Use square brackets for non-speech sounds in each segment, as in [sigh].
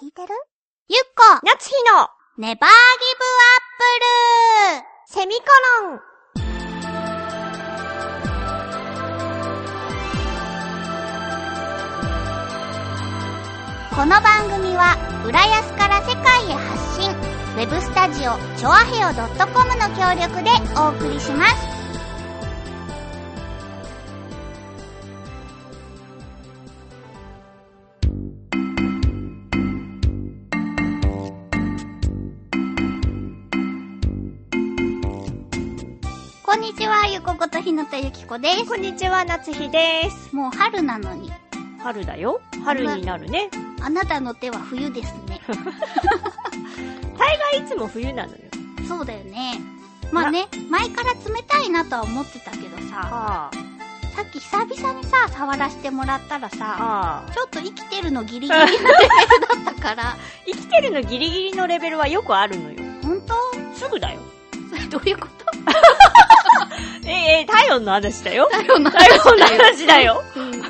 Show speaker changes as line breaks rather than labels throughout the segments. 聞いてるゆっこ
夏日の
ネバーギブアップルセミコロンこの番組は浦安から世界へ発信ウェブスタジオチョアヘオ .com の協力でお送りしますこんにちはゆこことひのたゆきこで
こんにちは夏日です
すもう春なのに
春だよ春になるね
あなたの手は冬ですね
大概いつも冬なのよ
そうだよねまあね前から冷たいなとは思ってたけどさ
あ
さっき久々にさ触らせてもらったら
あ
さ
ああ
ちょっと生きてるのギリギリのレベルだったから
生きてるのギリギリのレベルはよくあるのよ
本当
すぐだよ
それどういうこと
ええ体温の話だよ
だよな
[laughs] 体温の話だよ
うん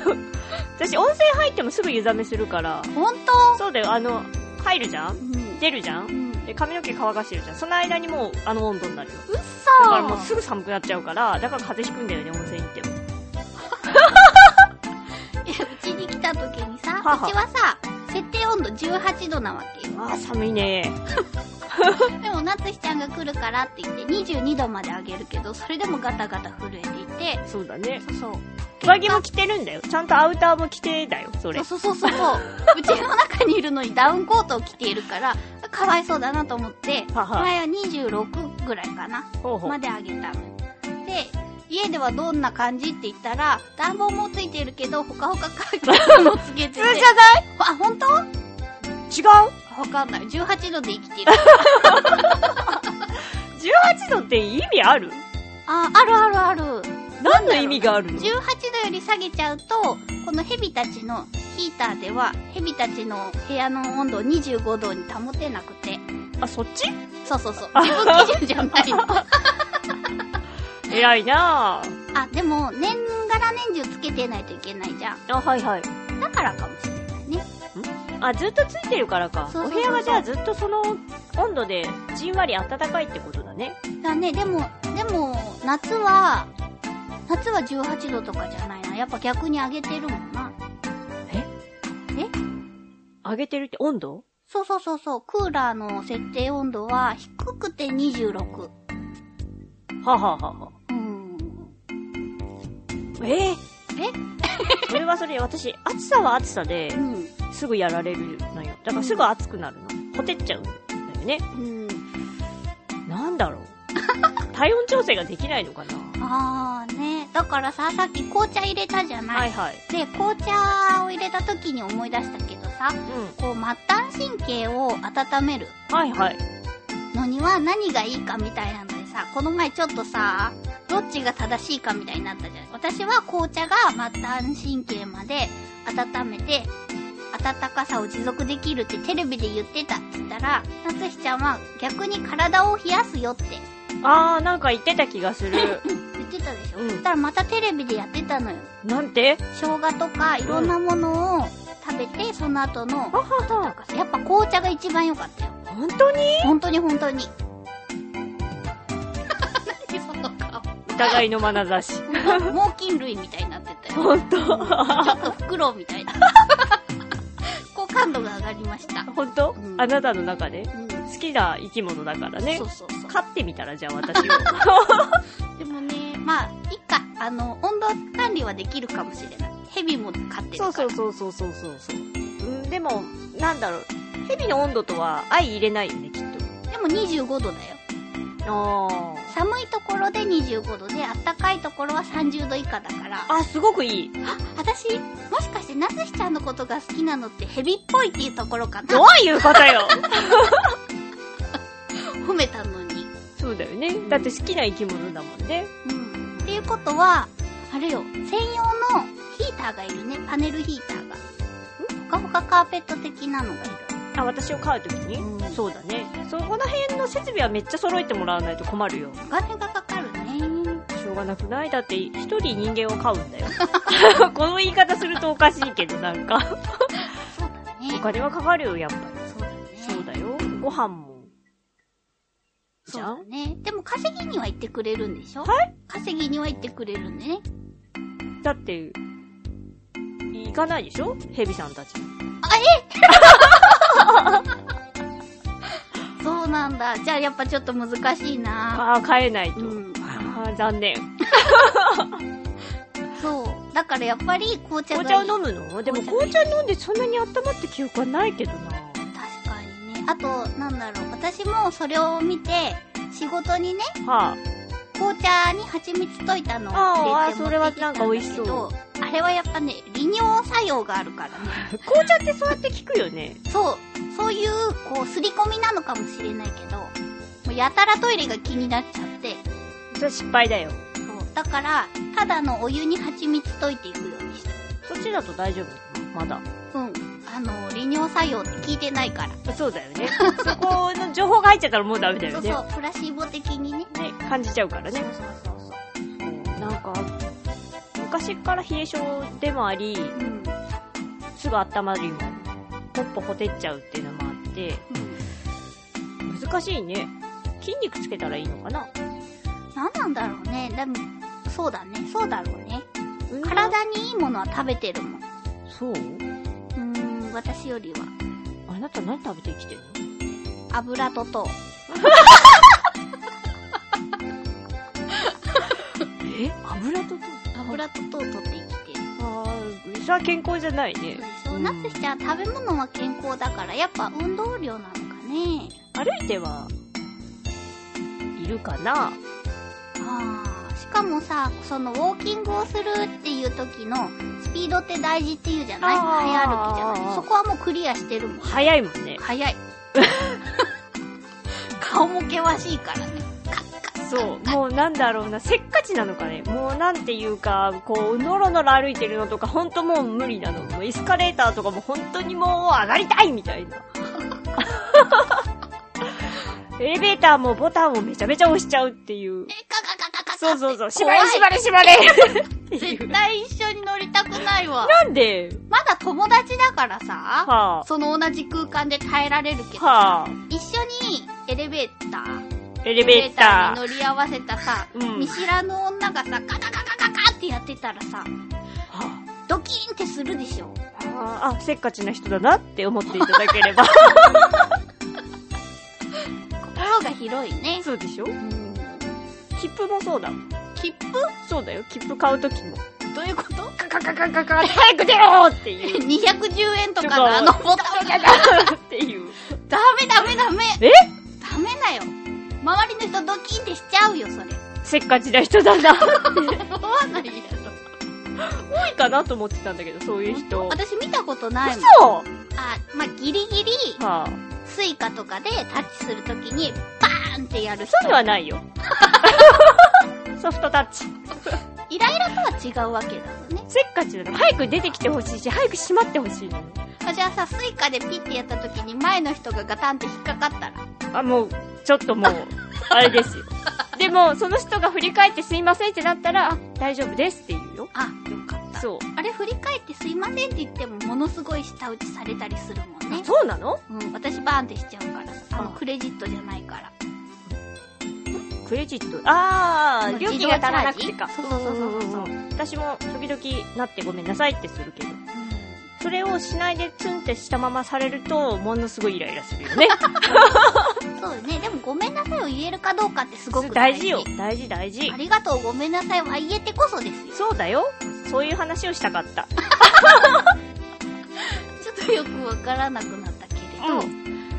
私温泉入ってもすぐ湯冷めするから
本
そうだよあの入るじゃ
当
ん
うん
出るじゃん
うん
で髪の毛乾かしてるじゃんその間にもうあの温度になるよ
うっ
だ
そ
からもうすぐ寒くなっちゃうからだから風邪ひくんだよね温泉行っても
いやうちに来た時にさ
はは
うちはさ設定温度18度なわけよ
ああ寒いね
でも夏日ちゃんが来るからって言って22度まで上げるけどそれでもガタガタ震えていて
そうだね
そう
上着も着てるんだよちゃんとアウターも着てだよそれ
そうそうそう
[laughs]
そう。うちの中にいるのにダウンコートを着ているから、かわいそうだなと思って、
はは
前は26ぐらいかな、
ほうほう
まであげたの。で、家ではどんな感じって言ったら、暖房もついているけど、ほかほかかもつ
[laughs]
けてて。
普通じ
ゃないあ、本当？
違う
わかんない。18度で生き
[laughs]
ている。
?18 度って意味ある
あ、あるあるある。
何の意味があるの
18度より下げちゃうと、このヘビたちのヒーターでは、ヘビたちの部屋の温度を25度に保てなくて。
あそっち
そうそうそう。自分基準じゃないの。
偉いなぁ
あ、でも、年がら年中つけてないといけないじゃん。
あはいはい
だからかもしれないね。
あずっとついてるからか
そうそうそう
お部屋がじゃあずっとその温度でじんわり暖かいってことだね
だね、でも、でも、夏は、夏は18度とかじゃないな。やっぱ逆に上げてるもんな。
上げてるって温度
そうそうそうそう。クーラーの設定温度は低くて26。
はあはあはあは
う
あ
ん。
ええそれはそれ私暑さは暑さで
うん。
すぐやられるのよだからすぐ暑くなるのほてっちゃうんだよね
うん。
なんだろう [laughs] 体温調整ができないのかな
あーね。だからさ、さっき紅茶入れたじゃない。
はいはい
で、紅茶を入れた時に思い出したけどさ、
うん
こう、末端神経を温める
はいはい
のには何がいいかみたいなのでさ、この前ちょっとさ、どっちが正しいかみたいになったじゃん。私は紅茶が末端神経まで温めて、温かさを持続できるってテレビで言ってたって言ったら、夏日ちゃんは逆に体を冷やすよって
あーなんか言ってた気がする
言ってたでしょ、
[laughs] うん
そしたらまたテレビでやってたのよ。
なんて
生姜とかいろんなものを食べて、その後の
は、はは
やっぱ紅茶が一番良かったよ。
本当に
本当に本当に。 [laughs] 何その顔。
疑いの眼差し
[laughs] 猛禽類みたいになってたよ。
[laughs] 本当
ちょっとフクロウみたいな。 [laughs] 好感度が上がりました。
[laughs] 本当、
うん
あなたの中で
うん。
好きな生き物だからね
そうそうそ
飼ってみたらじゃあ私を
う。でもね、まあ、いっか、あの、温度管理はできるかもしれない。ヘビも飼ってるから。
[laughs] そうそうそうそうそうそううんでもなんだろう蛇の温度とは相入れないよねきっ
でも25度だよ。
とあ
寒いところで25度で、暖かいところは30度以下だから。
あすごくいい
私、もしかして、なつひちゃんのことが好きなのってヘビっぽいっていうところか
ど
な
ういうことよ
褒めたのに。
そうだよねだって好きな生き物だもんね
うん。っていうことは、あれよ、専用のヒーターがいるね。パネルヒーターが。ほかほかカーペット的なのがい
あ私を飼うときに、
うん
そうだねそこら辺の設備はめっちゃ揃えてもらわないと困るよ
る。お金がかかるね。
しょうがなくないだって一人人間を飼うん [laughs] だよこの言い方するとおかしいけどなんか
そうだ
お
ね。
金はかかるよやっぱりご飯も。
そ
じ
う
ゃ
だ
ん
ね。でも稼ぎには行ってくれるんでしょ
はい
稼ぎには行ってくれるんでね。
だって、行かないでしょヘビさんたち。
そうなんだ。じゃあやっぱちょっと難しいな。
ああ、帰えないと。
うん
ああ、残念。
そう。だからやっぱり紅茶がい
紅
い。
茶を飲むのでも紅茶飲んでそんなに温まった記憶はないけどな。
確かにね。あと、なんだろう。私もそれを見て、仕事にね、
はあ、
紅茶に蜂蜜溶いたのを
あー
入れて持
あーそれは
ってきたんだ
なんか美味し
け
そう
ど、あれはやっぱね、利尿作用があるからね。
紅茶ってそうやって聞くよね。
そう、そういう、こう、すり込みなのかもしれないけど、もうやたらトイレが気になっちゃって、
それ失敗だよ。
そう。だから、ただのお湯に蜂蜜溶いていくようにした。
そっちだと大丈夫まだ。
うん。あの、利尿作用って聞いてないから。
そうだよね。そこの情報が入っちゃったらもうダメだ
そ
よ
う
ね。
そう、プラシーボ的にね。
ね、感じちゃうから
そう
ね。
そうそうそ
なんか、昔から冷え性でもあり、
う。うん。
すぐ温まるようにポッポほてっちゃうっていうのもあって、
うん
難しいね。筋肉つけたらいいのかな
なんなんだろうね。でも、そうだね。そうだろうね。
運動
体にいいものは食べてるもん。う
そう
ーん、私よりは。
あなた何食べて生きてんの
油と糖。
え油と
油と糖とって生きてる。
あーそれは健康じゃないね
そうなってきちゃう食べ物は健康だからやっぱ運動量なのかね
歩いてはいるかな
あーしかもさそのウォーキングをするっていう時のスピードって大事っていうじゃない
あー
早歩きじゃ
あーあ
ない
ー
そこはもうクリアしてるもん
早いもんね
早
[laughs]
い顔も険しいからねカッカッ
そうもうなんだろうなせっかちなのかねもうなんていうかこうのろのろ歩いてるのとかほんともう無理なのもうエスカレーターとかも本当にもう上がりたいみたいな [laughs] エレベーターもボタンをめちゃめちゃ押しちゃうっていう
えカカカカカカ
そうそうそう縛
怖い
れ縛れ縛れってい
絶
う
対一緒に乗りたくないわ
なんで
まだ友達だからさ
はあ
その同じ空間で耐えられるけど
はあ
一緒にエレベーター
エ
エ
レベータ
に乗り合わせたさ、
うん
見知らぬ女がさ、カカカカカカってやってたらさ、
ー。は
ドキーンってするでしょ。
あ、あ、せっかちな人だなって思っていただけ
[laughs]
れば。
心が広いね。
そうでしょ
うん。
切符もそうだもん。
切符
そうだよ。切符買うときも。
どういうこと
カカカカカ [laughs] カ、早く出ろ [laughs] っていう。
?210 円とかのあのボタンが、
っていう。
ダメダメダメ
え
ダメだよ。周りの人ドキーンってしちゃうよ、それ。
せっかちな人だな。
思わないやろ。
多いかなと思ってたんだけど、そういう人。
私見たことないもん。
嘘
あ、まあ、ギリギリ、
はあ、
スイカとかでタッチするときに、バーンってやる人
そう。いうのはないよ。ソフトタッチ。
イライラとは違うわけだよね。
せっかちなの。早く出てきてほしいし、早く閉まってほしいのよ。
あじゃあさ、スイカでピッてやった時に前の人がガタンって引っかかったら。
あ、もう、ちょっと [laughs] もう、あれですよ。でも、その人が振り返ってすいませんってなったら、あ、大丈夫ですって言うよ。
あ、よかった。
そう。
あれ振り返ってすいませんって言ってもものすごい舌打ちされたりするもんね。
そうなの
うん、私バーンってしちゃうからさ。あの、
あ
クレジットじゃないから。
クレジット。あ
あ
ー、
の
料金が足らなくてか。
自動チャージそうそうそうそうそう
私も時々なってごめんなさいってするけど。それをしないでツンってしたままされると、ものすごいイライラするよね。
そうよね。でもごめんなさいを言えるかどうかって [laughs] すごく大
大
事。
事よ。大事大事
あ。りがとうごめんなさいは言えてこそですよ。
そうだよ。そういう話をしたかった。
ちょっとよくわからなくなったけれど、
う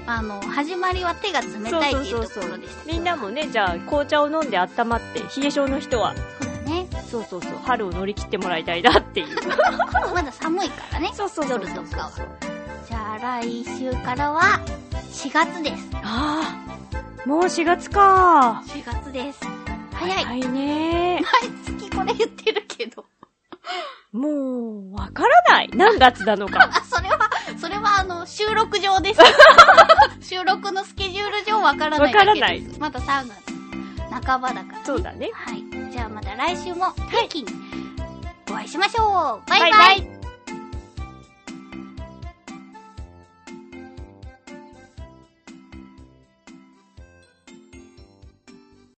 あの、始まりは手が冷たいっていうところでしたけど
みんなもね、じゃあ、紅茶を飲んで温まって、冷え性の人は、
そうだね。
そうそうそう、春を乗り切ってもらいたいなっていう。
まだ寒いからね。
そうそう
[laughs] そうそうそうじゃあ来週からは4月です。
ああ、もう4月か。
4月です。早い。
早いね。
毎月これ言ってるけど。
もう、わからない。何月なのか。
あ、 [laughs] それは、それはあの、収録上 [laughs] です。収録のスケジュール上わからないだけです。
わからない
まだ3月半ばだから、
そうだね。
はい。じゃあまた来週も、定期にお会いしましょう。バイバイ。
バイバイ